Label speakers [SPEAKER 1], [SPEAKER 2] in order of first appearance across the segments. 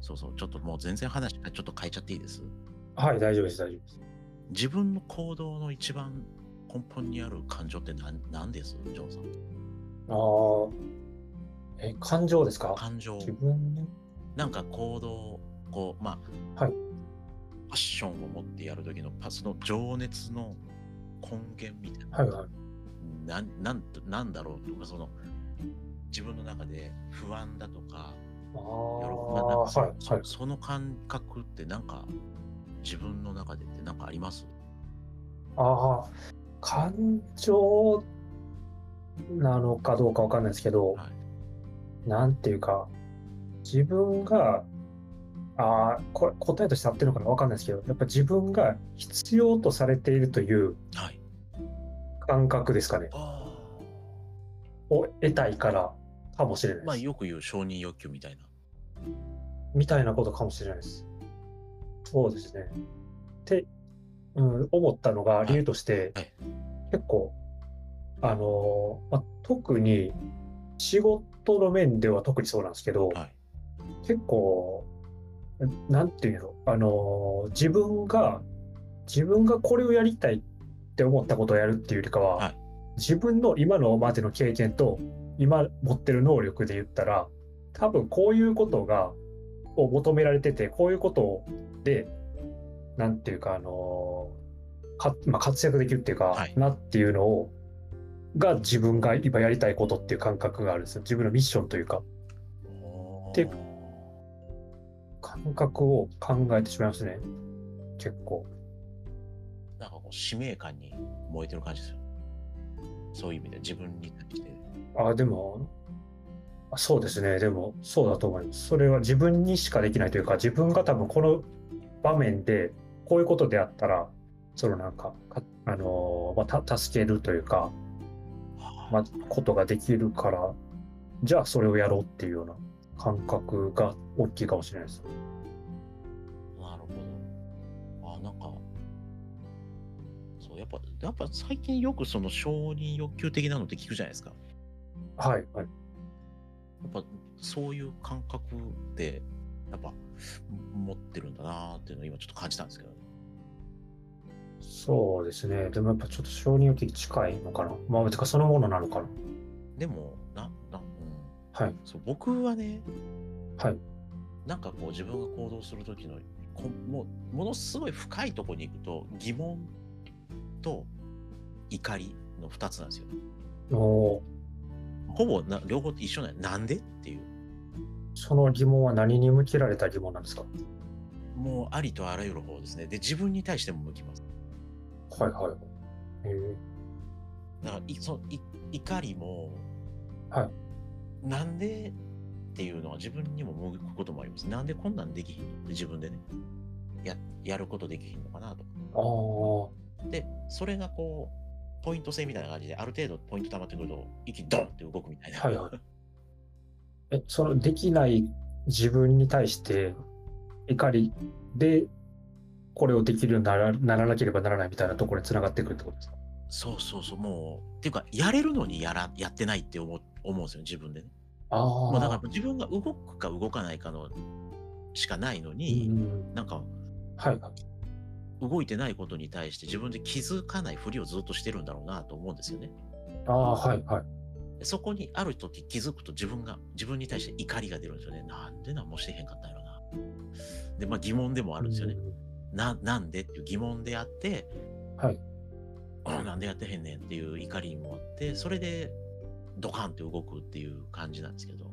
[SPEAKER 1] そうそう、ちょっともう全然話、ちょっと変えちゃっていいです。
[SPEAKER 2] はい、大丈夫です、大丈夫です。
[SPEAKER 1] 自分の行動の一番根本にある感情って何何ですジョンさん。
[SPEAKER 2] ああ。え、感情ですか
[SPEAKER 1] 感情、
[SPEAKER 2] 自分の
[SPEAKER 1] なんか行動、こう、まあ、
[SPEAKER 2] はい
[SPEAKER 1] ファッションを持ってやる時のパスの情熱の根源みたいな。
[SPEAKER 2] はいはい。
[SPEAKER 1] なんなんとなんだろうとか、その自分の中で不安だとか、喜
[SPEAKER 2] ああ、
[SPEAKER 1] び
[SPEAKER 2] は
[SPEAKER 1] そ
[SPEAKER 2] い、はい。
[SPEAKER 1] その感覚ってなんか自分の中でってなんかあります
[SPEAKER 2] ああ、感情なのかどうかわかんないですけど、
[SPEAKER 1] はい
[SPEAKER 2] なんていうか、自分が、ああ、これ答えとして合ってるのかなわかんないですけど、やっぱ自分が必要とされているという
[SPEAKER 1] はい。
[SPEAKER 2] 感覚ですかね、
[SPEAKER 1] あ
[SPEAKER 2] を得たいからかもしれな
[SPEAKER 1] あ。
[SPEAKER 2] い
[SPEAKER 1] まあ
[SPEAKER 2] です。
[SPEAKER 1] よく言う承認欲求みたいな。
[SPEAKER 2] みたいなことかもしれないです。そうですね。って、うん、思ったのが
[SPEAKER 1] い
[SPEAKER 2] 理由として、
[SPEAKER 1] はい
[SPEAKER 2] 結構、あのーまあ、特に仕事の面では特にそうなんですけど、
[SPEAKER 1] はい。
[SPEAKER 2] 結構、なんていうの、あのー自分が、自分がこれをやりたいって思ったことをやるっていうよりかは、
[SPEAKER 1] はい
[SPEAKER 2] 自分の今のまでの経験と、今持ってる能力で言ったら、多分こういうことが、を求められてて、こういうことで、なんていうか、あのーかまあ、活躍できるっていうか、
[SPEAKER 1] はい
[SPEAKER 2] なっていうのを、が自分が今やりたいことっていう感覚があるんですよ。自分のミッションというか。で感覚を考えてしまいますね。結構。
[SPEAKER 1] なんかこう使命感に燃えてる感じですよ。そういう意味で自分に対して。
[SPEAKER 2] あ、でも、あそうですね。でも、そうだと思います。それは自分にしかできないというか、自分が多分この場面で、こういうことであったら、そのなんか、かあのーまあ、た助けるというか、まあ、ことができるから、じゃあそれをやろうっていうような感覚が大きいかもしれないです。
[SPEAKER 1] なるほど。あ、なんか、そう、やっぱ、やっぱ最近よくその承認欲求的なのって聞くじゃないですか。
[SPEAKER 2] はい、はい。
[SPEAKER 1] やっぱそういう感覚で、やっぱ持ってるんだなーっていうのを今ちょっと感じたんですけど。
[SPEAKER 2] そうですね。でもやっぱちょっと承認欲求に近いのかな。まあ、てかそのものなのかな。
[SPEAKER 1] でも、な、な、うん。
[SPEAKER 2] はい。
[SPEAKER 1] そう、僕はね、
[SPEAKER 2] はい。
[SPEAKER 1] なんかこう自分が行動する時のこもうものすごい深いところに行くと疑問と怒りの2つなんですよ。
[SPEAKER 2] おー
[SPEAKER 1] ほぼな両方一緒なんやなんでっていう
[SPEAKER 2] その疑問は何に向けられた疑問なんですか
[SPEAKER 1] もうありとあらゆる方ですねで自分に対しても向きます
[SPEAKER 2] はいはい。え
[SPEAKER 1] だからいそのい怒りも、
[SPEAKER 2] は
[SPEAKER 1] なんでっていうのは自分にも向くこともありますなんでこんなんできひんのって自分でねややることできひんのかなと
[SPEAKER 2] ああ、
[SPEAKER 1] で、それがこう、ポイント制みたいな感じで、ある程度ポイント溜まってくると、息ドンって動くみたいな。
[SPEAKER 2] はいはい。え、そのできない自分に対して怒りでこれをできるようにならならなければならないみたいなところにつながってくるってことですか
[SPEAKER 1] そうそうそう、もう、っていうか、やれるのにやらやってないって思う思うんですよ、自分でね。
[SPEAKER 2] ああ
[SPEAKER 1] もうだから自分が動くか動かないかのしかないのに、
[SPEAKER 2] うん、
[SPEAKER 1] なんか、
[SPEAKER 2] はいはい。
[SPEAKER 1] 動いてないことに対して自分で気づかないふりをずっとしてるんだろうなと思うんですよね。
[SPEAKER 2] ああ、はいはい。
[SPEAKER 1] でそこにある時気づくと自分が、自分に対して怒りが出るんですよね。なんで何もしてへんかったんやろな。で、まあ疑問でもあ
[SPEAKER 2] あ
[SPEAKER 1] るんですよね。
[SPEAKER 2] ね。
[SPEAKER 1] ななんでっていう疑問であって、
[SPEAKER 2] はい
[SPEAKER 1] あなんでやってへんねんっていう怒りもあってそれでドカンって動くっていう感じなんですけどだ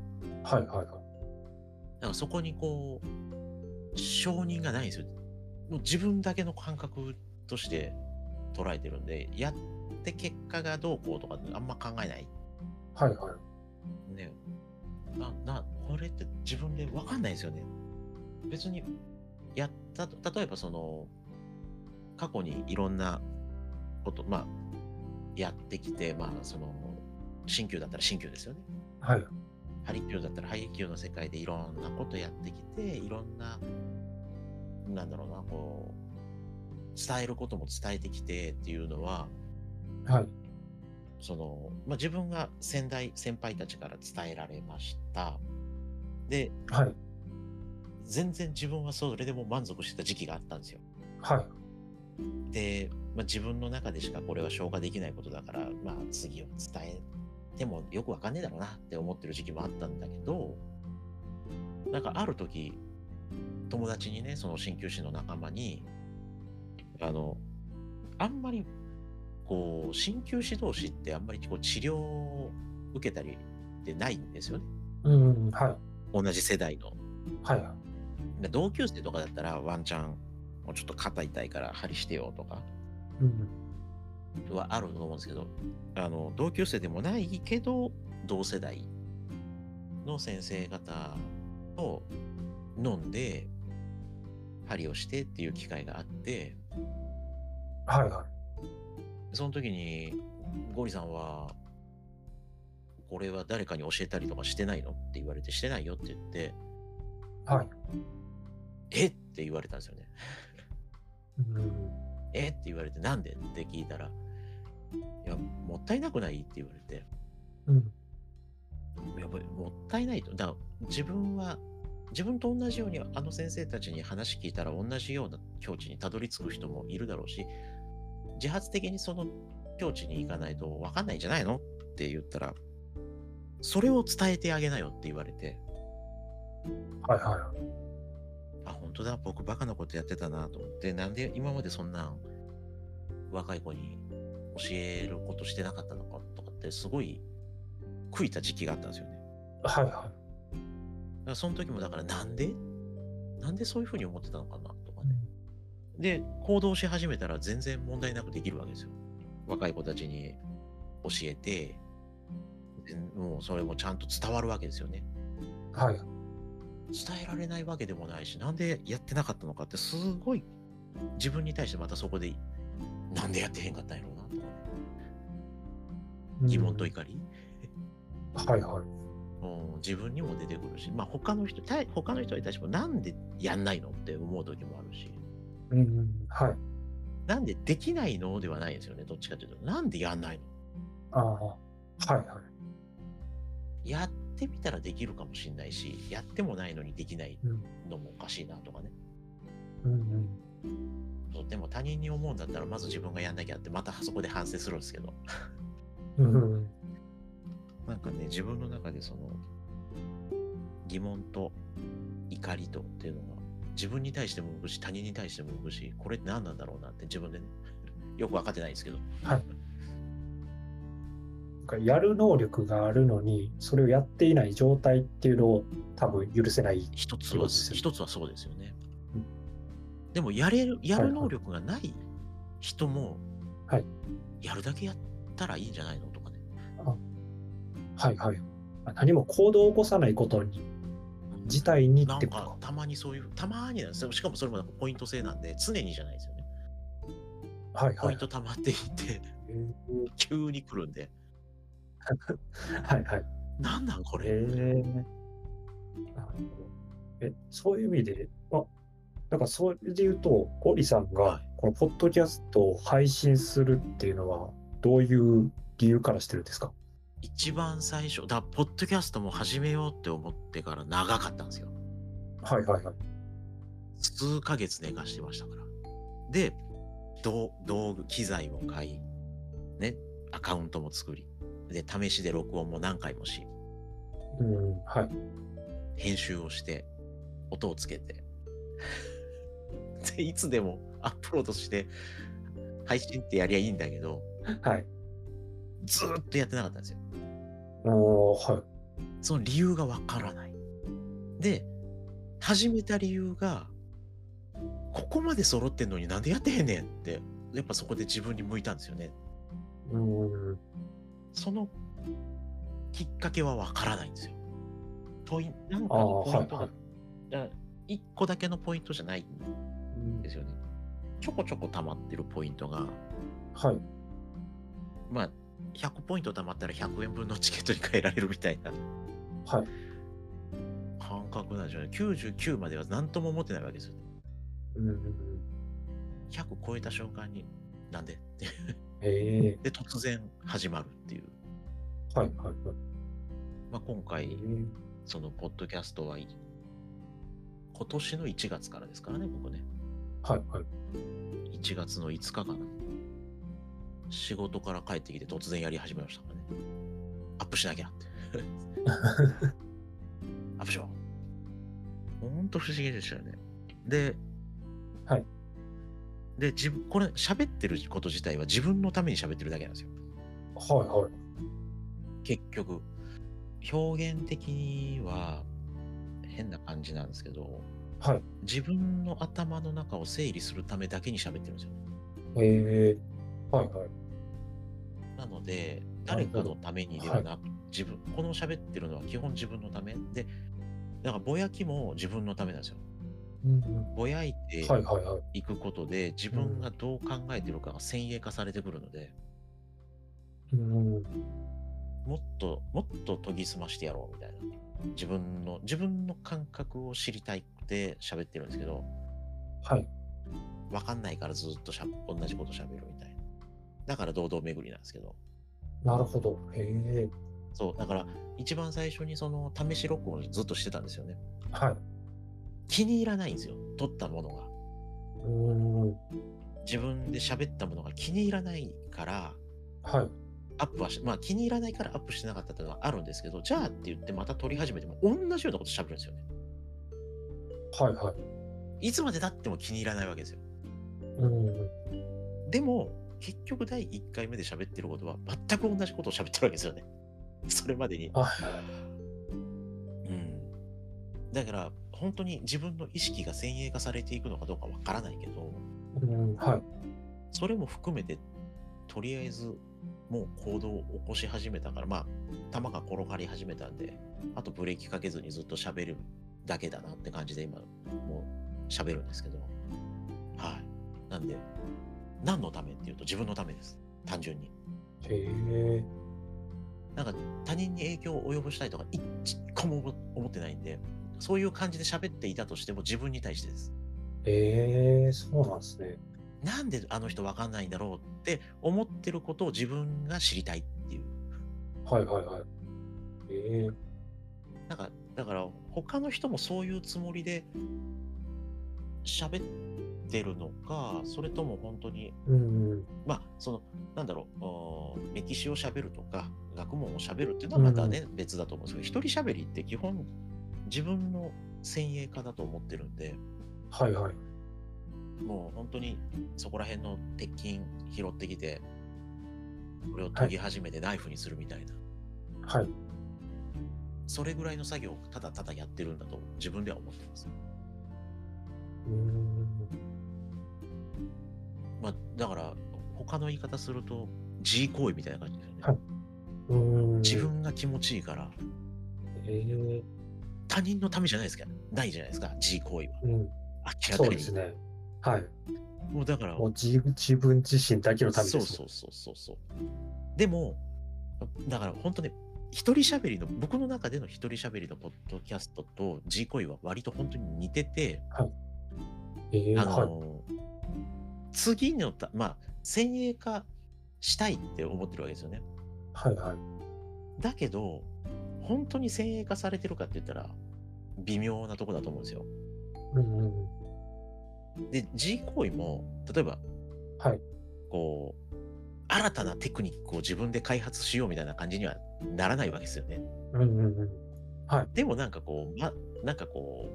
[SPEAKER 2] はいはいはい。
[SPEAKER 1] からそこにこう承認がないんですよもう自分だけの感覚として捉えてるんでやって結果がどうこうとかってあんま考えない
[SPEAKER 2] はいはい。
[SPEAKER 1] ねななこれって自分で分かんないですよね別にやったと例えばその過去にいろんなことまあやってきてまあその鍼灸だったら鍼灸ですよね
[SPEAKER 2] はい。
[SPEAKER 1] ハリキューだったらハリキューの世界でいろんなことやってきていろんななんだろうなこう伝えることも伝えてきてっていうのは
[SPEAKER 2] はい。
[SPEAKER 1] その、まあ、自分が先代先輩たちから伝えられましたで
[SPEAKER 2] はい。
[SPEAKER 1] 全然自分はそれでも満足してた時期があったんですよ。
[SPEAKER 2] はい。
[SPEAKER 1] で、まあ、自分の中でしかこれは消化できないことだから、まあ、次を伝えてもよくわかんねえだろうなって思ってる時期もあったんだけどなんかある時友達にねその鍼灸師の仲間にあのあんまりこう鍼灸師同士ってあんまりこう治療を受けたりってないんですよね
[SPEAKER 2] うん、はい。
[SPEAKER 1] 同じ世代の。
[SPEAKER 2] はい。
[SPEAKER 1] で同級生とかだったらワンチャンもうちょっと肩痛いから針してよとか
[SPEAKER 2] うん。
[SPEAKER 1] はあると思うんですけどあの同級生でもないけど同世代の先生方と飲んで針をしてっていう機会があって
[SPEAKER 2] はい。はい。
[SPEAKER 1] その時にゴリさんは「これは誰かに教えたりとかしてないの?」って言われて「してないよ」って言って
[SPEAKER 2] はい。
[SPEAKER 1] 「えっ?」て言われたんですよね。
[SPEAKER 2] うん。
[SPEAKER 1] えって言われて、なんでって聞いたら、いや、もったいなくないって言われて、
[SPEAKER 2] うん。
[SPEAKER 1] やっぱりもったいないと。だから自分は、自分と同じように、あの先生たちに話聞いたら、同じような境地にたどり着く人もいるだろうし、自発的にその境地に行かないと分かんないんじゃないのって言ったら、それを伝えてあげなよって言われて、
[SPEAKER 2] はい。は
[SPEAKER 1] あ、本当だ、僕バカなことやってたなと思って、なんで今までそんなん若い子に教えることしてなかったのかとかって、すごい悔いた時期があったんですよね。
[SPEAKER 2] い。はい。
[SPEAKER 1] だ
[SPEAKER 2] は
[SPEAKER 1] からその時もだからなんでなんでそういうふうに思ってたのかなとかね。で、行動し始めたら全然問題なくできるわけですよ。若い子たちに教えて、でもうそれもちゃんと伝わるわけですよね。
[SPEAKER 2] い。はい。
[SPEAKER 1] 伝えられないわけでもないし、なんでやってなかったのかって、すごい自分に対してまたそこで、なんでやってへんかったんやろうなとか、
[SPEAKER 2] うん
[SPEAKER 1] 疑問と怒り、
[SPEAKER 2] はい。はい。
[SPEAKER 1] うん、自分にも出てくるし、まあ他の人、対他の人に対しても、なんでやんないのって思う時もあるし、
[SPEAKER 2] うん。はい。
[SPEAKER 1] なんでできないのではないですよね、どっちかというと、なんでやんないの
[SPEAKER 2] ああ。はい。はい。
[SPEAKER 1] やってみたらできるかもしれないし、やってもないのにできないのもおかしいなとかね。
[SPEAKER 2] うん。
[SPEAKER 1] そうでも他人に思うんだったら、まず自分がやんなきゃって、またそこで反省するんですけど。
[SPEAKER 2] うん。
[SPEAKER 1] なんかね、自分の中でその疑問と怒りとっていうのが、自分に対しても動くし、他人に対しても動くし、これって何なんだろうなって自分でね、よく分かってないんですけど。
[SPEAKER 2] なんかやる能力があるのに、それをやっていない状態っていうのを多分許せない。
[SPEAKER 1] 一つ
[SPEAKER 2] そう
[SPEAKER 1] は、
[SPEAKER 2] ですよね
[SPEAKER 1] 一つはそうですよね
[SPEAKER 2] う。
[SPEAKER 1] でも、やれる、や
[SPEAKER 2] は
[SPEAKER 1] る
[SPEAKER 2] いはい
[SPEAKER 1] 能力がない人も、
[SPEAKER 2] はい
[SPEAKER 1] やるだけやったらいいんじゃないのとかね。
[SPEAKER 2] はいはい。あ何も行動を起こさないことに、自体に
[SPEAKER 1] な
[SPEAKER 2] っ
[SPEAKER 1] ん
[SPEAKER 2] てこと
[SPEAKER 1] か
[SPEAKER 2] か。
[SPEAKER 1] たまにそういう、たまになんですよ。しかもそれもなんかポイント制なんで、常にじゃないですよね。
[SPEAKER 2] はい
[SPEAKER 1] ポ
[SPEAKER 2] は
[SPEAKER 1] イン
[SPEAKER 2] い。
[SPEAKER 1] ト溜まっていって、
[SPEAKER 2] えー
[SPEAKER 1] 急に来るんで、
[SPEAKER 2] はいはい。
[SPEAKER 1] なんなんこ
[SPEAKER 2] え
[SPEAKER 1] れ、
[SPEAKER 2] ーなるほどえそういう意味で、あなんかそれで言うと、ゴリさん
[SPEAKER 1] は
[SPEAKER 2] が
[SPEAKER 1] い
[SPEAKER 2] このポッドキャストを配信するっていうのは、どういう理由からしてるんですか
[SPEAKER 1] 一番最初、だポッドキャストも始めようって思ってから長かったんですよ。
[SPEAKER 2] はいはいはい。
[SPEAKER 1] 数ヶ月寝かしてましたから。で、道道具、機材を買い、ね、アカウントも作り、で、試しで録音も何回もし、
[SPEAKER 2] うん、はい。
[SPEAKER 1] 編集をして、音をつけて、 で、いつでもアップロードして、配信ってやりゃいいんだけど、
[SPEAKER 2] はい。
[SPEAKER 1] ずーっとやってなかったんですよ。
[SPEAKER 2] おー、はい。
[SPEAKER 1] その理由がわからない。で、始めた理由が、ここまで揃ってんのになんでやってへんねんって、やっぱそこで自分に向いたんですよね。
[SPEAKER 2] うん、
[SPEAKER 1] そのきっかけはわからないんですよ。問い、なんか
[SPEAKER 2] あー
[SPEAKER 1] のポイント
[SPEAKER 2] はいは
[SPEAKER 1] が
[SPEAKER 2] い、
[SPEAKER 1] だから一個だけのポイントじゃないんですよね。ちょこちょこ溜まってるポイントが、
[SPEAKER 2] はい。
[SPEAKER 1] まあ、100ポイント貯まったら100円分のチケットに変えられるみたいな
[SPEAKER 2] はい。
[SPEAKER 1] 感覚なんでしょうね。99までは何とも思ってないわけですよね。
[SPEAKER 2] うん、
[SPEAKER 1] 100超えた瞬間に、なんで って
[SPEAKER 2] え
[SPEAKER 1] で、突然始まるっていう。
[SPEAKER 2] ー、はいはいはい。
[SPEAKER 1] まあ、今
[SPEAKER 2] え
[SPEAKER 1] 回、
[SPEAKER 2] ー
[SPEAKER 1] その、ポッドキャストはい今年の1月からですからね、僕ね。
[SPEAKER 2] はいはい。
[SPEAKER 1] 1月の5日かな。仕事から帰ってきて突然やり始めましたからね。アップし なきゃって。アップしよう。ほんと不思議でしたよね。で、
[SPEAKER 2] はい。
[SPEAKER 1] で、自分、これ、喋ってること自体は自分のために喋ってるだけなんですよ。
[SPEAKER 2] はいはい。
[SPEAKER 1] 結局。表現的には変な感じなんですけど、
[SPEAKER 2] はい
[SPEAKER 1] 自分の頭の中を整理するためだけに喋ってるんですよね。
[SPEAKER 2] えー、はいはい。
[SPEAKER 1] なので、誰かのためにではなく、自分、この喋ってるのは基本自分のためで、だからぼやきも自分のためなんですよ。
[SPEAKER 2] うん
[SPEAKER 1] ぼやい
[SPEAKER 2] うん、
[SPEAKER 1] て
[SPEAKER 2] はいはいはい。
[SPEAKER 1] いくことで、自分がどう考えてるかが先鋭化されてくるので、
[SPEAKER 2] うん、
[SPEAKER 1] もっと、もっと研ぎ澄ましてやろうみたいな。自分の、自分の感覚を知りたいくて喋ってるんですけど、
[SPEAKER 2] はい。
[SPEAKER 1] わかんないからずっとしゃ同じこと喋るみたいな。だから堂々巡りなんですけど。
[SPEAKER 2] なるほど。え
[SPEAKER 1] そう、だから一番最初にその試し録音をずっとしてたんですよね。
[SPEAKER 2] ー、はい。
[SPEAKER 1] 気に入らないんですよ、撮ったものが。
[SPEAKER 2] うん、
[SPEAKER 1] 自分で喋ったものが気に入らないから、
[SPEAKER 2] はい。
[SPEAKER 1] アップはし、まあ気に入らないからアップしてなかったっていうのはあるんですけど、じゃあって言ってまた撮り始めても同じようなこと喋るんですよね。
[SPEAKER 2] はいはい。
[SPEAKER 1] いつまで経っても気に入らないわけですよ。
[SPEAKER 2] うん、
[SPEAKER 1] でも、結局第1回目で喋ってることは全く同じことを喋ってるわけですよね。それまでに。
[SPEAKER 2] あ、
[SPEAKER 1] うん、だから本当に自分の意識が先鋭化されていくのかどうかわからないけど
[SPEAKER 2] うん、はい。
[SPEAKER 1] それも含めてとりあえずもう行動を起こし始めたからまあ球が転がり始めたんであとブレーキかけずにずっと喋るだけだなって感じで今もう喋るんですけどはいなんで何のためっていうと自分のためです単純に
[SPEAKER 2] へえ、
[SPEAKER 1] なんか他人に影響を及ぼしたいとか一個も思思ってないんで、そういう感じで喋っていたとしても自分に対してです。
[SPEAKER 2] えー、そうなんですね。
[SPEAKER 1] なんであの人わかんないんだろうって思ってることを自分が知りたいっていう。
[SPEAKER 2] はいはいはい。えー、
[SPEAKER 1] なんか、だから他の人もそういうつもりで喋ってるのか、それとも本当に
[SPEAKER 2] うん、
[SPEAKER 1] まあ、その、なんだろうおー、歴史をしゃべるとか、学問をしゃべるっていうのはまたね、別だと思うんですけど、一人しゃべりって基本、自分の先鋭化だと思ってるんで、
[SPEAKER 2] はいはい。
[SPEAKER 1] もう本当にそこら辺の鉄筋拾ってきて、これを研ぎ始めてナイフにするみたいな、
[SPEAKER 2] はい。
[SPEAKER 1] それぐらいの作業をただただやってるんだと、自分では思ってます。
[SPEAKER 2] うん、
[SPEAKER 1] まあ、だから、他の言い方すると、自行為みたいな感じですよね。
[SPEAKER 2] はいうん、
[SPEAKER 1] 自。分が気持ちいいから、
[SPEAKER 2] えー、
[SPEAKER 1] 他人のためじゃないですか、ないじゃないですか、自行為は。
[SPEAKER 2] うん、
[SPEAKER 1] 明ら
[SPEAKER 2] そ
[SPEAKER 1] か
[SPEAKER 2] う
[SPEAKER 1] に。
[SPEAKER 2] ですね。はい。
[SPEAKER 1] もうだから、
[SPEAKER 2] もう自自分自身だけのため
[SPEAKER 1] そ
[SPEAKER 2] ですも。
[SPEAKER 1] うんそうそうそうそう。でも、だから本当ね、一人喋りの、僕の中での一人喋りのポッドキャストと G 恋は割と本当に似てて、
[SPEAKER 2] えー、
[SPEAKER 1] あ
[SPEAKER 2] はい。
[SPEAKER 1] のー次のた、まあ、先鋭化したいって思ってるわけですよね。
[SPEAKER 2] はいはい。
[SPEAKER 1] だけど、本当に先鋭化されてるかって言ったら、微妙なとこだと思うんですよ。
[SPEAKER 2] うん、うん、
[SPEAKER 1] で、G 行為も、例えば、
[SPEAKER 2] はい
[SPEAKER 1] こう、新たなテクニックを自分で開発しようみたいな感じにはならないわけですよね。
[SPEAKER 2] うん、うん、うん。
[SPEAKER 1] でもなんかこう、ま、なんかこ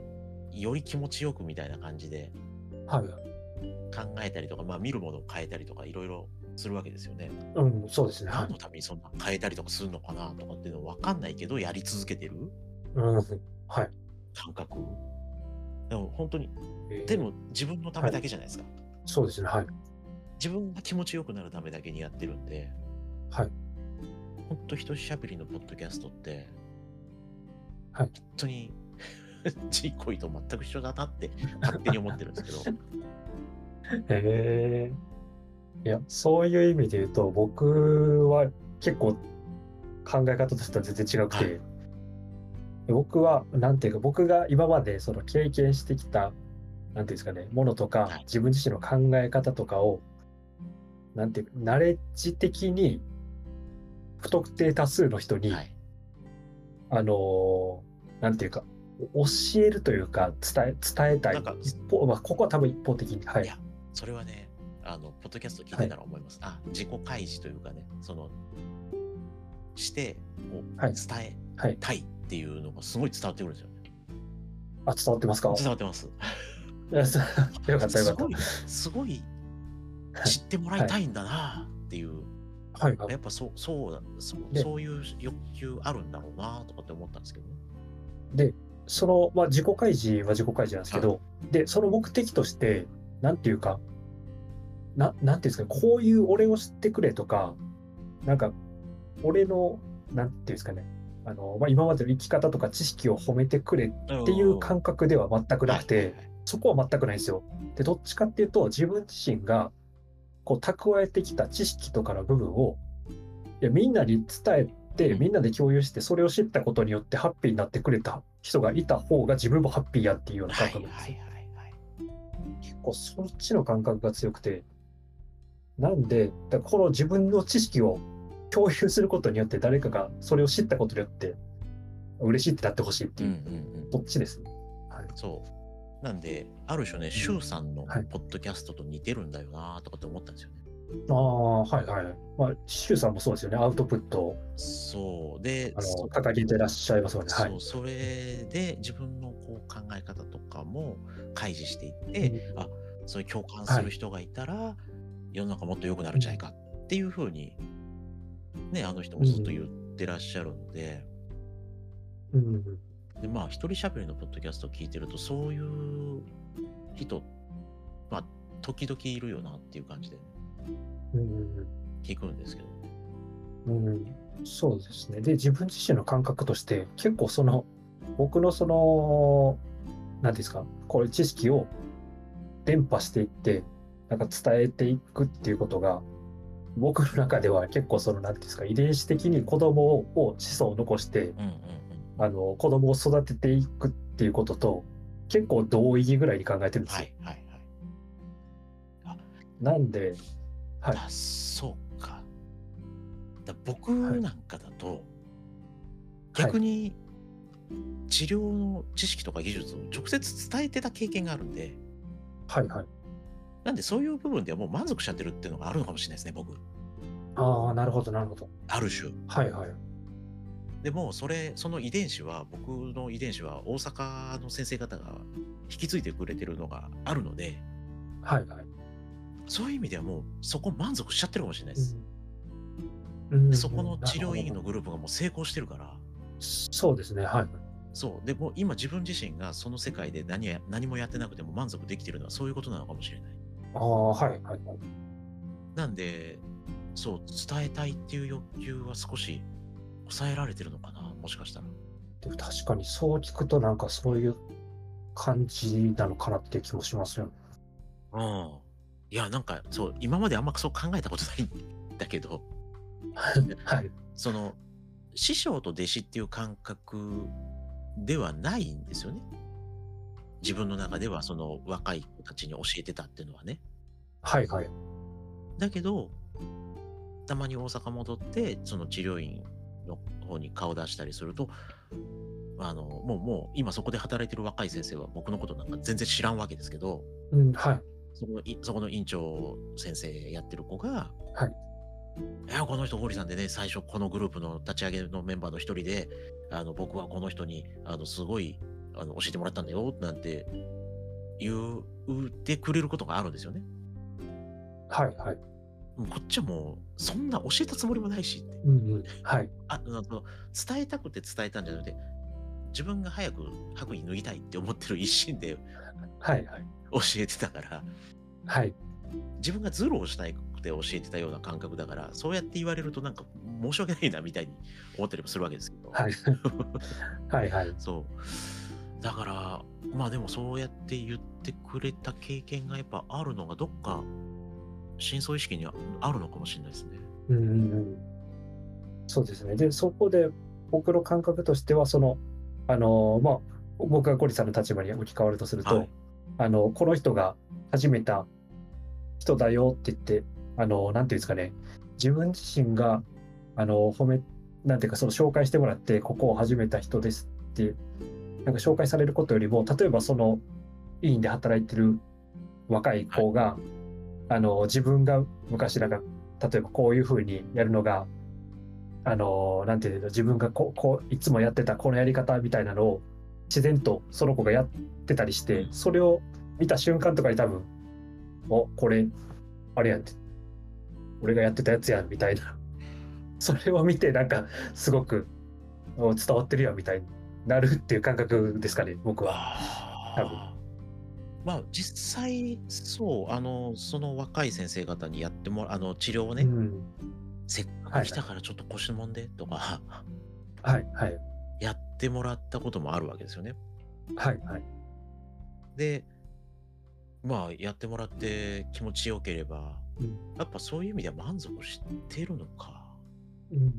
[SPEAKER 1] う、より気持ちよくみたいな感じで
[SPEAKER 2] はい。
[SPEAKER 1] 考えたりとか、まあ見るものを変えたりとかいろいろするわけですよね。
[SPEAKER 2] うん、そうですね。は
[SPEAKER 1] 何
[SPEAKER 2] い。
[SPEAKER 1] のためにそんな変えたりとかするのかなとかっていうのわかんないけど、やり続けてる
[SPEAKER 2] うん、はい。
[SPEAKER 1] 感覚。でも本当に、
[SPEAKER 2] えー
[SPEAKER 1] で、も自分のためだけじゃないですか。
[SPEAKER 2] そうですね。はい。
[SPEAKER 1] 自分が気持ちよくなるためだけにやってるんで、
[SPEAKER 2] はい。
[SPEAKER 1] ほんと人しゃべりのポッドキャストって、
[SPEAKER 2] はい
[SPEAKER 1] 本当に自己意と全く一緒だなって勝手に思ってるんですけど、
[SPEAKER 2] ええいや、そういう意味で言うと、僕は結構考え方としては全然違くて、
[SPEAKER 1] はい
[SPEAKER 2] 僕は、なんていうか、僕が今までその経験してきた、なんていうんですかね、ものとか、
[SPEAKER 1] はい
[SPEAKER 2] 自分自身の考え方とかを、なんていうか、ナレッジ的に、不特定多数の人に、
[SPEAKER 1] はい。
[SPEAKER 2] あのーなんていうか、教えるというか伝え伝えた
[SPEAKER 1] ないんか
[SPEAKER 2] 一方、まあ、ここは多分一方的にはいい
[SPEAKER 1] やそれはね、あの、ポッドキャスト聞いてたら思います。あ、自己開示というかね、その、して、こう、
[SPEAKER 2] はい
[SPEAKER 1] 伝
[SPEAKER 2] は
[SPEAKER 1] え
[SPEAKER 2] い
[SPEAKER 1] たいっていうのがすごい伝わってくるんですよね。
[SPEAKER 2] あ伝わってますか
[SPEAKER 1] 伝わってます。
[SPEAKER 2] いやそう よかったよか
[SPEAKER 1] す
[SPEAKER 2] った
[SPEAKER 1] ごい、すごい知ってもらいたいんだなっていう、
[SPEAKER 2] はいはい
[SPEAKER 1] やっぱそう、そうだそう、
[SPEAKER 2] で
[SPEAKER 1] そういう欲求あるんだろうなとかって思ったんですけどね。
[SPEAKER 2] その、まあ、自己開示は自己開示なんですけど、で、その目的として、なんていうか、ななんていうんですか、こういう俺を知ってくれとか、なんか、俺の、なんていうんですかね、あのまあ、今までの生き方とか知識を褒めてくれっていう感覚では全くなく
[SPEAKER 1] はいは
[SPEAKER 2] て
[SPEAKER 1] い、
[SPEAKER 2] そこは全くないんですよ。で、どっちかっていうと、自分自身が、こう、蓄えてきた知識とかの部分を、いや、みんなに伝えて、
[SPEAKER 1] うん
[SPEAKER 2] みんなで共有して、それを知ったことによってハッピーになってくれた人がいた方が自分もハッピーやっていうような
[SPEAKER 1] は
[SPEAKER 2] 感
[SPEAKER 1] いはい
[SPEAKER 2] 覚
[SPEAKER 1] はいは
[SPEAKER 2] なんですよ
[SPEAKER 1] い。はい。
[SPEAKER 2] 結構、そっちの感覚が強くて、なんで、だからこの自分の知識を共有することによって、誰かがそれを知ったことによって、嬉しいってなってほしいって
[SPEAKER 1] うん
[SPEAKER 2] いうう、
[SPEAKER 1] んうん。
[SPEAKER 2] どっちですね。はい
[SPEAKER 1] そう。なんで、ある種ね、シュウさんの
[SPEAKER 2] はい
[SPEAKER 1] ポッドキャストと似てるんだよなとかって思ったんですよね。
[SPEAKER 2] ああ、はいはい。まあ、シュウさんもそうですよね。アウトプットを
[SPEAKER 1] そう。で、
[SPEAKER 2] あ
[SPEAKER 1] そ
[SPEAKER 2] の掲げてらっしゃいますよね。は
[SPEAKER 1] そ。
[SPEAKER 2] いう
[SPEAKER 1] それで自分のこう考え方とかも開示していって、
[SPEAKER 2] うん
[SPEAKER 1] あそういう共感する人がいたら、世の中もっと良くなるんじゃないかっていうふうに、ね、あの人もずっと言ってらっしゃるので、
[SPEAKER 2] うん、
[SPEAKER 1] でまあ、一人喋りのポッドキャストを聞いてると、そういう人、まあ、時々いるよなっていう感じで
[SPEAKER 2] うん、
[SPEAKER 1] 聞くんですけど。
[SPEAKER 2] うん。そうですね。で、自分自身の感覚として、結構その、僕のその、なんていうんですか、これ知識を伝播していって、なんか伝えていくっていうことが、僕の中では結構その、なんていうんですか、遺伝子的に子供をを子孫を残して、
[SPEAKER 1] うんうん
[SPEAKER 2] あの、子供を育てていくっていうことと、結構同意義ぐらいに考えて
[SPEAKER 1] うん
[SPEAKER 2] る
[SPEAKER 1] ん。
[SPEAKER 2] ですよ
[SPEAKER 1] はいはいはい。
[SPEAKER 2] なんで、はい
[SPEAKER 1] だそうか。だ僕
[SPEAKER 2] はい
[SPEAKER 1] なんかだと、逆に治療の知識とか技術を直接伝えてた経験があるんで、
[SPEAKER 2] はいはい。
[SPEAKER 1] なんでそういう部分ではもう満足しちゃってるっていうのがあるのかもしれないですね、僕。
[SPEAKER 2] ああ、なるほど、なるほど。
[SPEAKER 1] ある種。
[SPEAKER 2] はいはい。
[SPEAKER 1] でも、それ、その遺伝子は、僕の遺伝子は大阪の先生方が引き継いでくれてるのがあるので、
[SPEAKER 2] はいはい。
[SPEAKER 1] そういう意味ではもうそこ満足しちゃってるかもしれないです。
[SPEAKER 2] うん
[SPEAKER 1] でそこの治療医院。
[SPEAKER 2] うんなるほ
[SPEAKER 1] のグループがもう成功してるから、
[SPEAKER 2] どそうですね、はい。
[SPEAKER 1] そう。でもう今自分自身がその世界で何や何もやってなくても満足できてるのはそういうことなのかもしれない。
[SPEAKER 2] ああ、はいはいはい。
[SPEAKER 1] なんで、そう、伝えたいっていう欲求は少し抑えられてるのかな、もしかしたら。
[SPEAKER 2] でも確かにそう聞くと、なんかそういう感じなのかなって気もしますよ ね。
[SPEAKER 1] うん。いや、なんか、そう、今まであんまそう考えたことないんだけど、
[SPEAKER 2] はい。
[SPEAKER 1] その、師匠と弟子っていう感覚ではないんですよね。自分の中では、その若い子たちに教えてたっていうのはね。
[SPEAKER 2] はいはい。
[SPEAKER 1] だけど、たまに大阪戻って、その治療院の方に顔出したりすると、あの、もうもう、今そこで働いてる若い先生は僕のことなんか全然知らんわけですけど、
[SPEAKER 2] うん、はい。
[SPEAKER 1] そこのいそこの院長先生やってる子が、
[SPEAKER 2] はい
[SPEAKER 1] いやこの人、ゴリさんでね、最初、このグループの立ち上げのメンバーの一人で、あの僕はこの人にあのすごいあの教えてもらったんだよなんて言ってくれることがあるんですよね。
[SPEAKER 2] はいはい。
[SPEAKER 1] もうこっちはもう、そんな教えたつもりもないしって。
[SPEAKER 2] うんうん。はい。
[SPEAKER 1] ああの伝えたくて伝えたんじゃなくて、自分が早く白衣脱ぎたいって思ってる一心で
[SPEAKER 2] はいはい。
[SPEAKER 1] 教えてたから、
[SPEAKER 2] はい。
[SPEAKER 1] 自分がズルをしたくて教えてたような感覚だから、そうやって言われるとなんか申し訳ないなみたいに思ったりもするわけですけど。
[SPEAKER 2] はい。はいはい。
[SPEAKER 1] そう。だから、まあでもそうやって言ってくれた経験がやっぱあるのがどっか深層意識にはあるのかもしれないですね。
[SPEAKER 2] うんうんうん、そうですね。で、そこで僕の感覚としては、その、あの、まあ、僕がゴリさんの立場に置き換わるとすると、
[SPEAKER 1] はい
[SPEAKER 2] あの、この人が始めた人だよって言って、あの、なんていうんですかね、自分自身が、あの、褒め、なんていうか、その紹介してもらって、ここを始めた人ですって、なんか紹介されることよりも例えばその医院で働いてる若い子が、あの自分が昔なんか例えばこういうふうにやるのがあのなんていうの自分がこうこういつもやってたこのやり方みたいなのを自然とその子がやってたりしてそれを見た瞬間とかに多分「おこれあれやん」って俺がやってたやつやんみたいな それを見てなんかすごくお伝わってるやんみたいになるっていう感覚ですかね僕は。
[SPEAKER 1] あ
[SPEAKER 2] 多
[SPEAKER 1] ー
[SPEAKER 2] 分
[SPEAKER 1] まあ実際そうあのその若い先生方にやってもらあの治療をね、
[SPEAKER 2] うん、
[SPEAKER 1] せっ
[SPEAKER 2] は
[SPEAKER 1] か
[SPEAKER 2] い
[SPEAKER 1] く来たからちょっと腰もんでとか
[SPEAKER 2] はいはい
[SPEAKER 1] やってもらったこともあるわけですよね。
[SPEAKER 2] はいはい
[SPEAKER 1] でまあやってもらって気持ちよければ、
[SPEAKER 2] うん
[SPEAKER 1] やっぱそういう意味では満足してるのか、
[SPEAKER 2] うん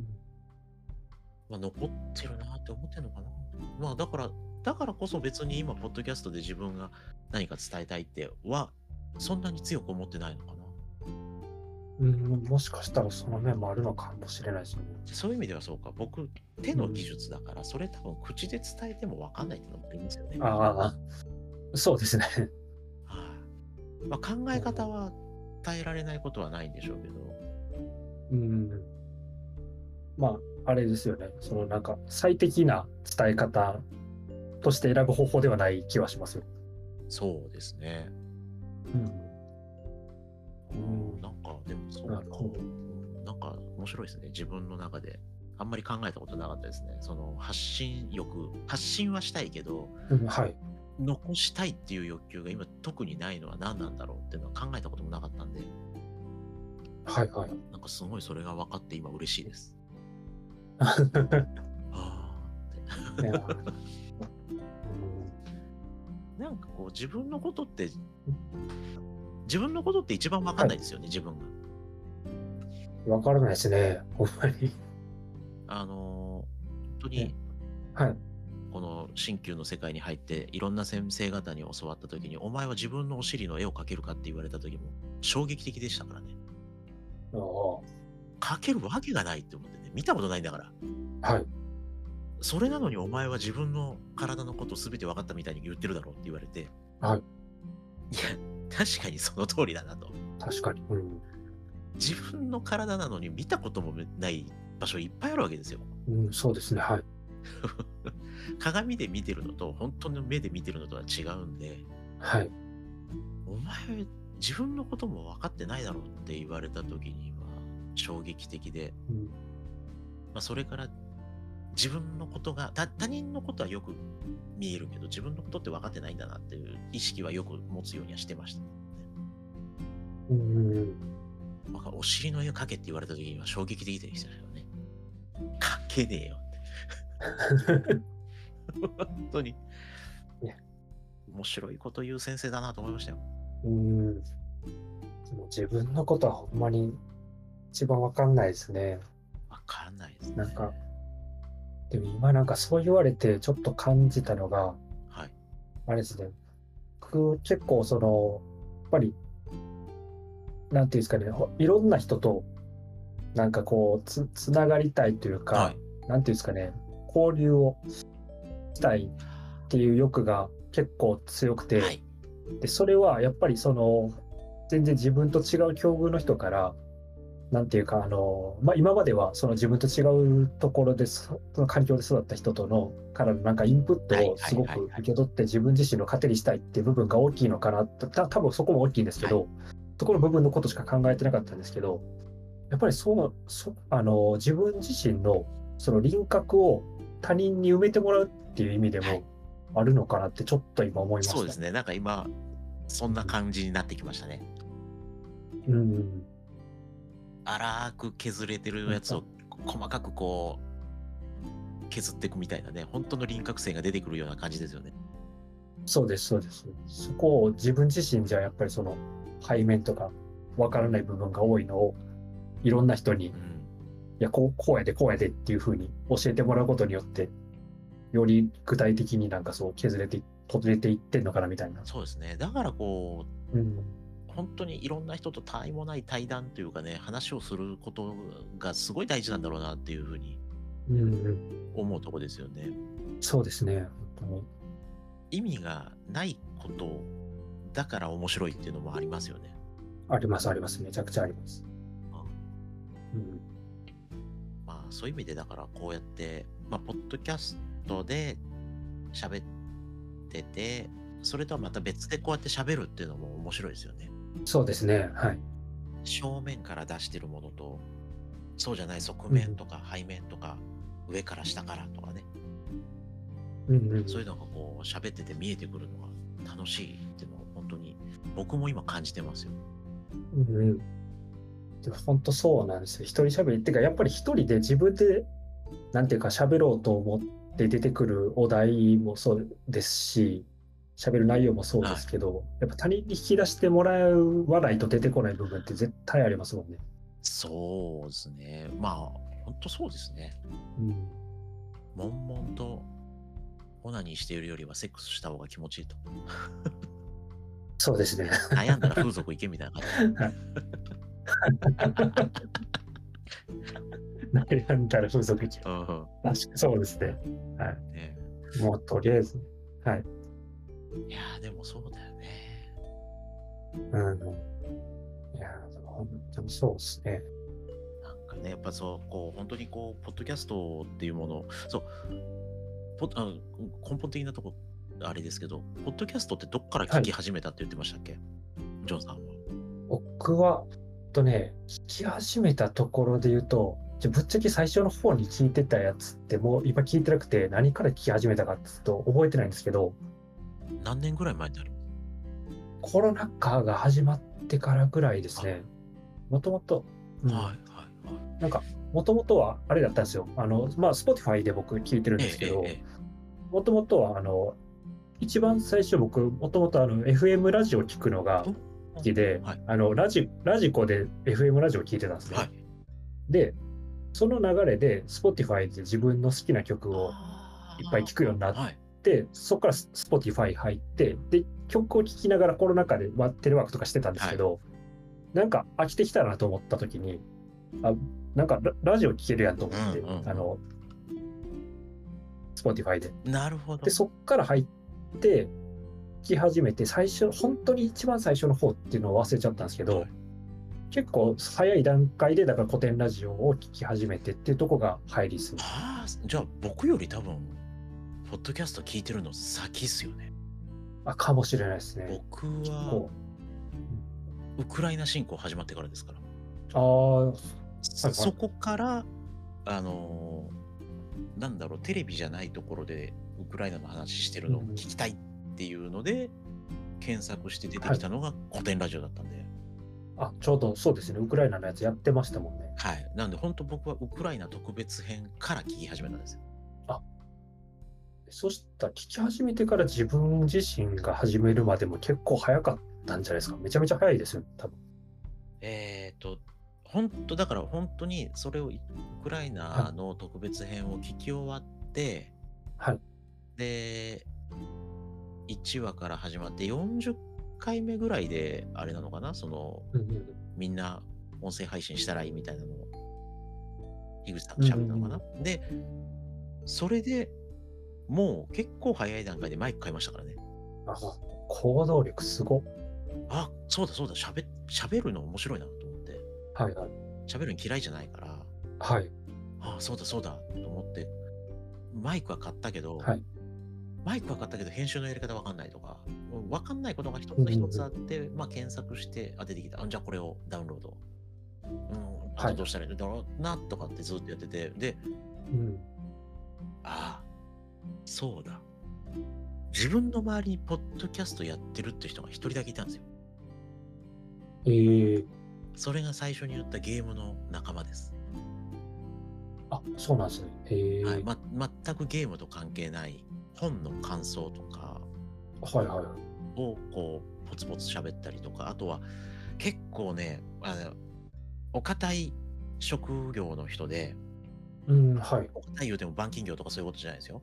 [SPEAKER 1] まあ、残ってるなって思ってるのかな。まあだからだからこそ別に今ポッドキャストで自分が何か伝えたいってはそんなに強く思ってないのかな。
[SPEAKER 2] うん、もしかしたらその面もあるのかもしれないですね。
[SPEAKER 1] そういう意味ではそうか、僕、手の技術だから、それ多分口で伝えても分かんないってのもありますよね。
[SPEAKER 2] ああ、そうですね。
[SPEAKER 1] はいまあ、考え方は伝えられないことはないんでしょうけど、
[SPEAKER 2] うん。まあ、あれですよね。そのなんか最適な伝え方として選ぶ方法ではない気はしますよ。
[SPEAKER 1] そうですね。
[SPEAKER 2] うん。うん
[SPEAKER 1] なんか、でもそう
[SPEAKER 2] なるほど
[SPEAKER 1] うんなんか面白いですね、自分の中で。あんまり考えたことなかったですね。その発信欲、発信はしたいけど、
[SPEAKER 2] うん、はい。
[SPEAKER 1] 残したいっていう欲求が今特にないのは何なんだろうっていうのは考えたこともなかったんで、
[SPEAKER 2] はいはい。
[SPEAKER 1] なんかすごいそれが分かって今嬉しいです。はあ
[SPEAKER 2] ね
[SPEAKER 1] なんかこう自分のことって自分のことって一番分かんないですよね、自分が。
[SPEAKER 2] うんわからないですね。ほんまに。
[SPEAKER 1] あのー本当
[SPEAKER 2] ね
[SPEAKER 1] に
[SPEAKER 2] はい。
[SPEAKER 1] この鍼灸の世界に入っていろんな先生方に教わった時にお前は自分のお尻の絵を描けるかって言われた時も衝撃的でしたからね
[SPEAKER 2] ああ
[SPEAKER 1] 描けるわけがないって思ってね見たことないんだから
[SPEAKER 2] はい。
[SPEAKER 1] それなのにお前は自分の体のこと全て分かったみたいに言ってるだろうって言われて
[SPEAKER 2] はい
[SPEAKER 1] いや確かにその通りだなと
[SPEAKER 2] 確かに。うん。
[SPEAKER 1] 自分の体なのに見たこともない場所いっぱいあるわけですよ
[SPEAKER 2] うん、そうですね。はい。
[SPEAKER 1] 鏡で見てるのと本当の目で見てるのとは違うんで
[SPEAKER 2] はい。
[SPEAKER 1] お前自分のことも分かってないだろうって言われた時には衝撃的で、
[SPEAKER 2] うん
[SPEAKER 1] まあ、それから自分のことが他他人のことはよく見えるけど自分のことって分かってないんだなっていう意識はよく持つようにはしてました、
[SPEAKER 2] うんうん。
[SPEAKER 1] まあ、お尻の絵を描けって言われた時には衝撃的でしたよね描けねえよって本当に
[SPEAKER 2] いや
[SPEAKER 1] 面白いこと言う先生だなと思いましたよ
[SPEAKER 2] うん。でも自分のことはほんまに一番わかんないですね。
[SPEAKER 1] わかんないですね。
[SPEAKER 2] なんかでも今なんかそう言われてちょっと感じたのが、
[SPEAKER 1] はい。
[SPEAKER 2] あれですね。僕結構その、やっぱり、なんていうんですかね、ほいろんな人となんかこうつ、つながりたいというか、
[SPEAKER 1] はい。
[SPEAKER 2] なんていうんですかね、交流をしたいっていう欲が結構強くて、
[SPEAKER 1] はい。
[SPEAKER 2] でそれはやっぱりその全然自分と違う境遇の人からなんていうかあの、まあ、今まではその自分と違うところでそその環境で育った人とのからのなんかインプッ
[SPEAKER 1] はい
[SPEAKER 2] ト
[SPEAKER 1] は
[SPEAKER 2] を
[SPEAKER 1] い
[SPEAKER 2] すご
[SPEAKER 1] はい
[SPEAKER 2] く
[SPEAKER 1] は
[SPEAKER 2] 受け取って自分自身の糧にしたいっていう部分が大きいのかなとた多分そこも大きいんですけど、そこの部分のことしか考えてなかったんですけどやっぱりそうそあの自分自身のその輪郭を他人に埋めてもらうっていう意味で
[SPEAKER 1] は
[SPEAKER 2] も
[SPEAKER 1] い
[SPEAKER 2] あるのかなってちょっと今思いました。
[SPEAKER 1] そうですね。なんか今、そんな感じになってきましたね。
[SPEAKER 2] うん
[SPEAKER 1] 粗く削れてるやつを細かくこう、削っていくみたいなね、本当の輪郭線が出てくるような感じですよね。
[SPEAKER 2] そうです、そうです。そこを自分自身じゃやっぱりその背面とかわからない部分が多いのをいろんな人に、い
[SPEAKER 1] うん。
[SPEAKER 2] や、こう、こうやで、こうやでっていうふうに教えてもらうことによって、より具体的になんかそう削れて、削れていってんのかなみたいな。
[SPEAKER 1] そうですね。だからこう、
[SPEAKER 2] うん。
[SPEAKER 1] 本当にいろんな人と他愛もない対談というかね、話をすることがすごい大事なんだろうなっていうふうに
[SPEAKER 2] うん、うん。
[SPEAKER 1] 思うとこですよね。
[SPEAKER 2] そうですね。本当に。
[SPEAKER 1] 意味がないことだから面白いっていうのもありますよね。
[SPEAKER 2] あります、あります。めちゃくちゃあります。
[SPEAKER 1] あ
[SPEAKER 2] うん、
[SPEAKER 1] まあそういう意味でだからこうやって、まあ、ポッドキャストで喋ってて、それとはまた別でこうやって喋るっていうのも面白いですよね。
[SPEAKER 2] そうですね。はい。
[SPEAKER 1] 正面から出してるものと、そうじゃない側面とか背面とか、上から下からとかね、
[SPEAKER 2] うんうん、
[SPEAKER 1] そういうのがこう喋ってて見えてくるのが楽しいっていうのを本当に僕も今感じてますよ。
[SPEAKER 2] うんうん。でも本当そうなんですよ。一人喋りっていうか、やっぱり一人で自分で、なんていうか喋ろうと思って出てくるお題もそうですし、喋る内容もそうですけど、やっぱ他人に引き出してもらわないと出てこない部分って絶対ありますもんね。
[SPEAKER 1] そうですね。まあ本当そうですね。
[SPEAKER 2] うん。
[SPEAKER 1] 悶々とオナニーしているよりはセックスした方が気持ちいいと。
[SPEAKER 2] そうですね。
[SPEAKER 1] 悩んだら風俗行けみたい な感
[SPEAKER 2] 悩んだら風俗行き。
[SPEAKER 1] じ。うん
[SPEAKER 2] 確かにそうですね。
[SPEAKER 1] うんね
[SPEAKER 2] もうとりあえず。
[SPEAKER 1] いやーでもそうだよね。
[SPEAKER 2] うん。いやー、でも本当にそうですね。
[SPEAKER 1] なんかね、やっぱそう、こう、本当にこう、ポッドキャストっていうもの、そう、ポあの根本的なとこ、あれですけど、ポッドキャストってどっから聞き始めたって言ってましたっけ、ジョンさんは。
[SPEAKER 2] 僕は、とね、聞き始めたところで言うと、じゃぶっちゃけ最初の方に聞いてたやつって、もう今聞いてなくて、何から聞き始めたかってちょっと覚えてないんですけど、
[SPEAKER 1] 何年ぐらい前になる
[SPEAKER 2] コロナ禍が始まってからぐらいですね。もともと、うん
[SPEAKER 1] はいはいはい。
[SPEAKER 2] もともとはあれだったんですよ。あの、まあ、Spotify で僕聞いてるん
[SPEAKER 1] え
[SPEAKER 2] ですけ
[SPEAKER 1] え
[SPEAKER 2] ど、
[SPEAKER 1] ええ
[SPEAKER 2] もともとは、あの、一番最初僕、もともとあの、FM ラジオ聞くのが好きで、
[SPEAKER 1] はい
[SPEAKER 2] あの、ラジ、ラジコで FM ラジオ聞いてたんです
[SPEAKER 1] ええ
[SPEAKER 2] ね。
[SPEAKER 1] はい。
[SPEAKER 2] で、その流れで Spotify で自分の好きな曲をいっぱい聞くようになっ
[SPEAKER 1] はい。
[SPEAKER 2] で、そこから Spotify 入って、で、曲を聴きながらコロナ禍で、まあ、テレワークとかしてたんですけど、なんか飽きてきたなと思った時に、あ、なんかララジオ聴けるやんと思って、
[SPEAKER 1] うんうんうん
[SPEAKER 2] あの、Spotify で。
[SPEAKER 1] なるほど。
[SPEAKER 2] で、そっから入って、聴き始めて、最初、本当に一番最初の方っていうのを忘れちゃったんですけど、
[SPEAKER 1] はい
[SPEAKER 2] 結構早い段階で、だから古典ラジオを聴き始めてっていうとこが入りですね。
[SPEAKER 1] はあ、じゃあ僕より多分、ポッドキャスト聞いてるの先っすよね。
[SPEAKER 2] あ、かもしれないですね。
[SPEAKER 1] 僕
[SPEAKER 2] こ
[SPEAKER 1] は
[SPEAKER 2] う
[SPEAKER 1] ウクライナ侵攻始まってからですから。
[SPEAKER 2] ああ、
[SPEAKER 1] そそこから、あのーなんだろう、テレビじゃないところでウクライナの話してるのを聞きたいっていうので、検索して出てきたのが古典ラジオだったんで、
[SPEAKER 2] あ、ちょうどそうですね。ウクライナのやつやってましたもんね。
[SPEAKER 1] はい。なんで、本当僕はウクライナ特別編から聞き始めたんですよ。
[SPEAKER 2] そしたら聞き始めてから自分自身が始めるまでも結構早かったんじゃないですか。めちゃめちゃ早いですよ、多分。
[SPEAKER 1] えっ、と、本当だから本当にそれをいウクライナの特別編を聞き終わって、
[SPEAKER 2] はい
[SPEAKER 1] で、1話から始まって40回目ぐらいで、あれなのかな、その、みんな音声配信したらいいみたいなのを、樋口さんが喋ったのかな。で、それでもう結構早い段階でマイク買いましたからね。
[SPEAKER 2] あ行動力すごっ。
[SPEAKER 1] あ、そうだそうだ、喋喋るの面白いなと思って。
[SPEAKER 2] はいはい。
[SPEAKER 1] 喋るの嫌いじゃないから、
[SPEAKER 2] はい。
[SPEAKER 1] あそうだそうだと思って、マイクは買ったけど、
[SPEAKER 2] はい
[SPEAKER 1] マイクは買ったけど編集のやり方わかんないとか、わかんないことが一つ一つあって、まあ検索して当ててきた。あじゃあこれをダウンロード。うん、あ
[SPEAKER 2] は
[SPEAKER 1] と
[SPEAKER 2] い
[SPEAKER 1] どうしたらいいんだろうなとかってずっとやってて、で、
[SPEAKER 2] うん。
[SPEAKER 1] ああ、そうだ。自分の周りにポッドキャストやってるって人が一人だけいたんですよ。
[SPEAKER 2] えー、
[SPEAKER 1] それが最初に言ったゲームの仲間です。
[SPEAKER 2] あ、そうなんですね。えー、
[SPEAKER 1] はい、ま、全くゲームと関係ない本の感想とか、
[SPEAKER 2] はいはい。
[SPEAKER 1] をこうポツポツ喋ったりとかあとは結構ねあのお堅い職業の人で
[SPEAKER 2] うん、 はい。
[SPEAKER 1] お堅い言うても板金業とかそういうことじゃないですよ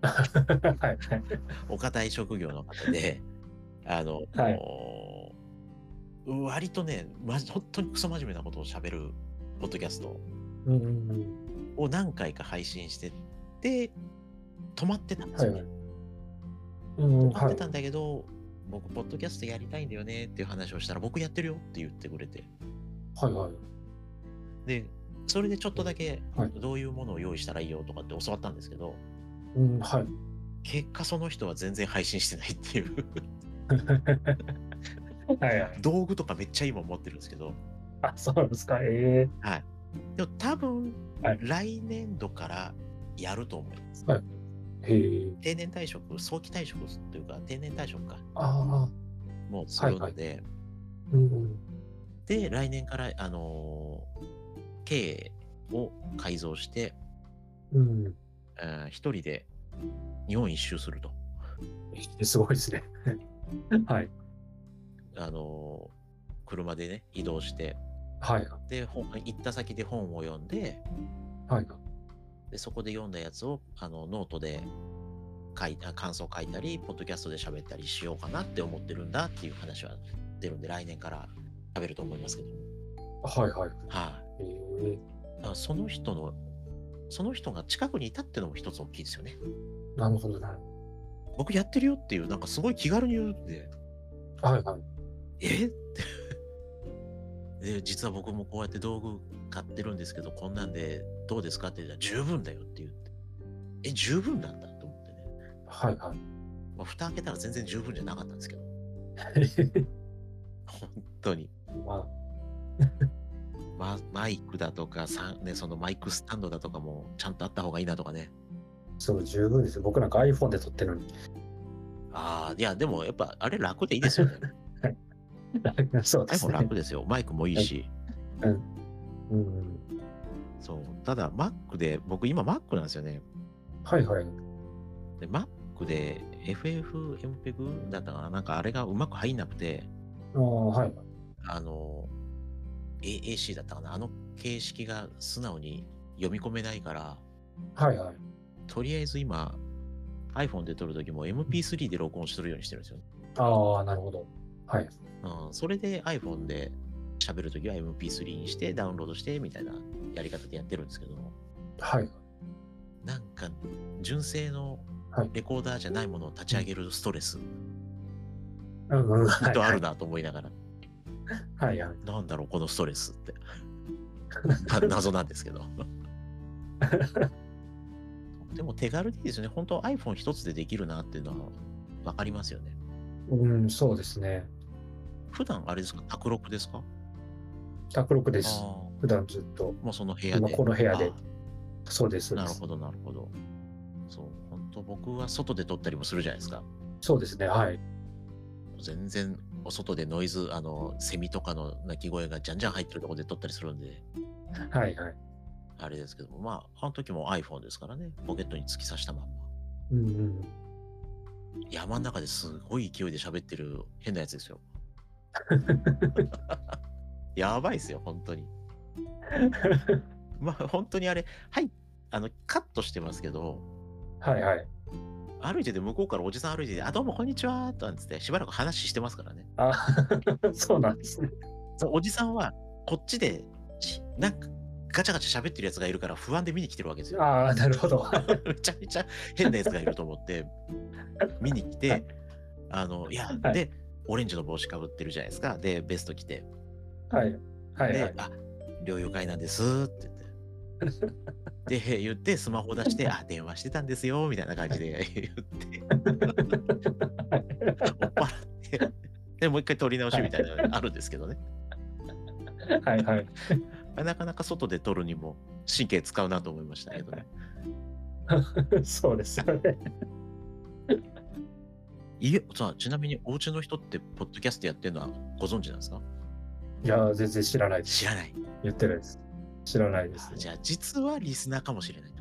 [SPEAKER 2] はいはい。
[SPEAKER 1] お堅い職業の方 であの、
[SPEAKER 2] はい
[SPEAKER 1] もう割とね、ま、本当にクソ真面目なことを喋るポッドキャスト
[SPEAKER 2] うんうんうん。
[SPEAKER 1] を何回か配信してて止まってたんです
[SPEAKER 2] はい
[SPEAKER 1] よ
[SPEAKER 2] は
[SPEAKER 1] ね、
[SPEAKER 2] い。うん、
[SPEAKER 1] 思
[SPEAKER 2] は
[SPEAKER 1] って
[SPEAKER 2] い。
[SPEAKER 1] たんだけど、僕、ポッドキャストやりたいんだよねっていう話をしたら、僕やってるよって言ってくれて。
[SPEAKER 2] はいはい。
[SPEAKER 1] で、それでちょっとだけ
[SPEAKER 2] はい、
[SPEAKER 1] どういうものを用意したらいいよとかって教わったんですけど、
[SPEAKER 2] うん、はい。
[SPEAKER 1] 結果その人は全然配信してないって いう。
[SPEAKER 2] はいはい。
[SPEAKER 1] 道具とかめっちゃ今持ってるんですけど、
[SPEAKER 2] あ、そうなんですか。え
[SPEAKER 1] はい。でも多分、
[SPEAKER 2] はい
[SPEAKER 1] 来年度からやると思います。
[SPEAKER 2] えへえ。
[SPEAKER 1] 定年退職、早期退職というか、定年退職か、
[SPEAKER 2] ああ。
[SPEAKER 1] もうするので、
[SPEAKER 2] うん。
[SPEAKER 1] で、来年から、あのー経営を改造して、
[SPEAKER 2] うん。
[SPEAKER 1] えー一人で日本一周すると。
[SPEAKER 2] えすごい ですね。はい。
[SPEAKER 1] あのー車でね、移動して、
[SPEAKER 2] はい。
[SPEAKER 1] で、本行った先で本を読んで、
[SPEAKER 2] はい。
[SPEAKER 1] でそこで読んだやつをあのノートで書いた感想書いたり、ポッドキャストで喋ったりしようかなって思ってるんだっていう話は出るんで、来年から喋ると思いますけど、
[SPEAKER 2] はいはい。
[SPEAKER 1] は
[SPEAKER 2] え
[SPEAKER 1] い、だからその人の、その人が近くにいたってのも一つ大きいですよね。
[SPEAKER 2] え。なるほどな。
[SPEAKER 1] 僕やってるよっていう、なんかすごい気軽に言うんで、
[SPEAKER 2] はいはい。
[SPEAKER 1] え ってで、実は僕もこうやって道具買ってるんですけど、こんなんでどうですかって言ったら十分だよって言って、え、十分なんだと思ってね。
[SPEAKER 2] はいはい。
[SPEAKER 1] まあ、蓋開けたら全然十分じゃなかったんですけど、本当に。
[SPEAKER 2] ま
[SPEAKER 1] ま、マイクだとかさ、ね、そのマイクスタンドだとかもちゃんとあった方がいいなとかね。
[SPEAKER 2] あ、そう、十分ですよ。僕なんか iPhone で撮ってるのに。
[SPEAKER 1] ああ、いや、でもやっぱあれ楽でいいですよね。
[SPEAKER 2] そうで
[SPEAKER 1] でも
[SPEAKER 2] すね
[SPEAKER 1] 楽。ですよ。マイクもいいし。
[SPEAKER 2] うん。
[SPEAKER 1] そう。ただ、Mac で、僕今 Mac なんですよね。
[SPEAKER 2] はいはい。
[SPEAKER 1] で、Mac で FFmpeg だったかななんかあれがうまく入んなくて、
[SPEAKER 2] ああ、はい。
[SPEAKER 1] あの、AAC だったかなあの形式が素直に読み込めないから、
[SPEAKER 2] はいはい。
[SPEAKER 1] とりあえず今、iPhone で撮るときも MP3 で録音するようにしてるんですよ。
[SPEAKER 2] ああ、なるほど。はい。
[SPEAKER 1] うん、それで iPhone で喋るときは MP3 にしてダウンロードしてみたいなやり方でやってるんですけど、
[SPEAKER 2] はい。
[SPEAKER 1] なんか純正の
[SPEAKER 2] はい
[SPEAKER 1] レコーダーじゃないものを立ち上げるストレス、
[SPEAKER 2] うんうん。
[SPEAKER 1] きっとある
[SPEAKER 2] は
[SPEAKER 1] なと思いながら、
[SPEAKER 2] いはい。
[SPEAKER 1] なんだろう、このストレス って。な謎なんですけど。 でも手軽でいいですよね。本当 iPhone 一つでできるなっていうのは分かりますよね。
[SPEAKER 2] うん、そうですね。
[SPEAKER 1] 普段あれですか卓録ですか
[SPEAKER 2] 卓録です。
[SPEAKER 1] あ
[SPEAKER 2] 普段ずっと。
[SPEAKER 1] あもうその部屋
[SPEAKER 2] 今
[SPEAKER 1] で。
[SPEAKER 2] この部屋で
[SPEAKER 1] ああ
[SPEAKER 2] そうです。そう
[SPEAKER 1] な
[SPEAKER 2] で
[SPEAKER 1] る
[SPEAKER 2] す
[SPEAKER 1] ほど、なるほど。そう、本当僕は外で撮ったりもするじゃないですか。
[SPEAKER 2] そうですね。はい。
[SPEAKER 1] 全然、お外でノイズ、あの、セミとかの鳴き声がじゃんじゃん入ってるとこで撮ったりするんで、
[SPEAKER 2] はいはい。
[SPEAKER 1] あれですけども、まあ、あの時も iPhone ですからね、ポケットに突き刺したまんま。
[SPEAKER 2] うんうん。
[SPEAKER 1] 山の中ですごい勢いで喋ってる変なやつですよ。やばいですよ、本当に。まあ、本当にあれ、はい、あの、カットしてますけど、
[SPEAKER 2] はいはい。
[SPEAKER 1] 歩いてて向こうからおじさん歩いてて、あ、どうもこんにちは、となんつって、しばらく話してますからね。
[SPEAKER 2] あ そうなんですね。
[SPEAKER 1] そうおじさんはこっちでしなんかガチャガチャ喋ってるやつがいるから不安で見に来てるわけですよ。
[SPEAKER 2] ああ、なるほど。
[SPEAKER 1] めちゃめちゃ変なやつがいると思って見に来てあのいや
[SPEAKER 2] はい
[SPEAKER 1] でオレンジの帽子かぶってるじゃないですかでベスト着て
[SPEAKER 2] はい。はいは
[SPEAKER 1] で
[SPEAKER 2] い
[SPEAKER 1] 「あ猟友会なんです」って 言ってで言ってスマホ出して「あ電話してたんですよ」みたいな感じで言って追っ払ってでもう一回撮り直しみたいなのがあるんですけどね。
[SPEAKER 2] はいはい。
[SPEAKER 1] なかなか外で撮るにも神経使うなと思いましたけどね。
[SPEAKER 2] そうですよね。
[SPEAKER 1] いえさあちなみにお家の人ってポッドキャストやってるのはご存知なんですか
[SPEAKER 2] いや、全然知らないです。
[SPEAKER 1] 知らない。
[SPEAKER 2] 言ってないです。知らないです
[SPEAKER 1] あ。じゃあ実はリスナーかもしれない。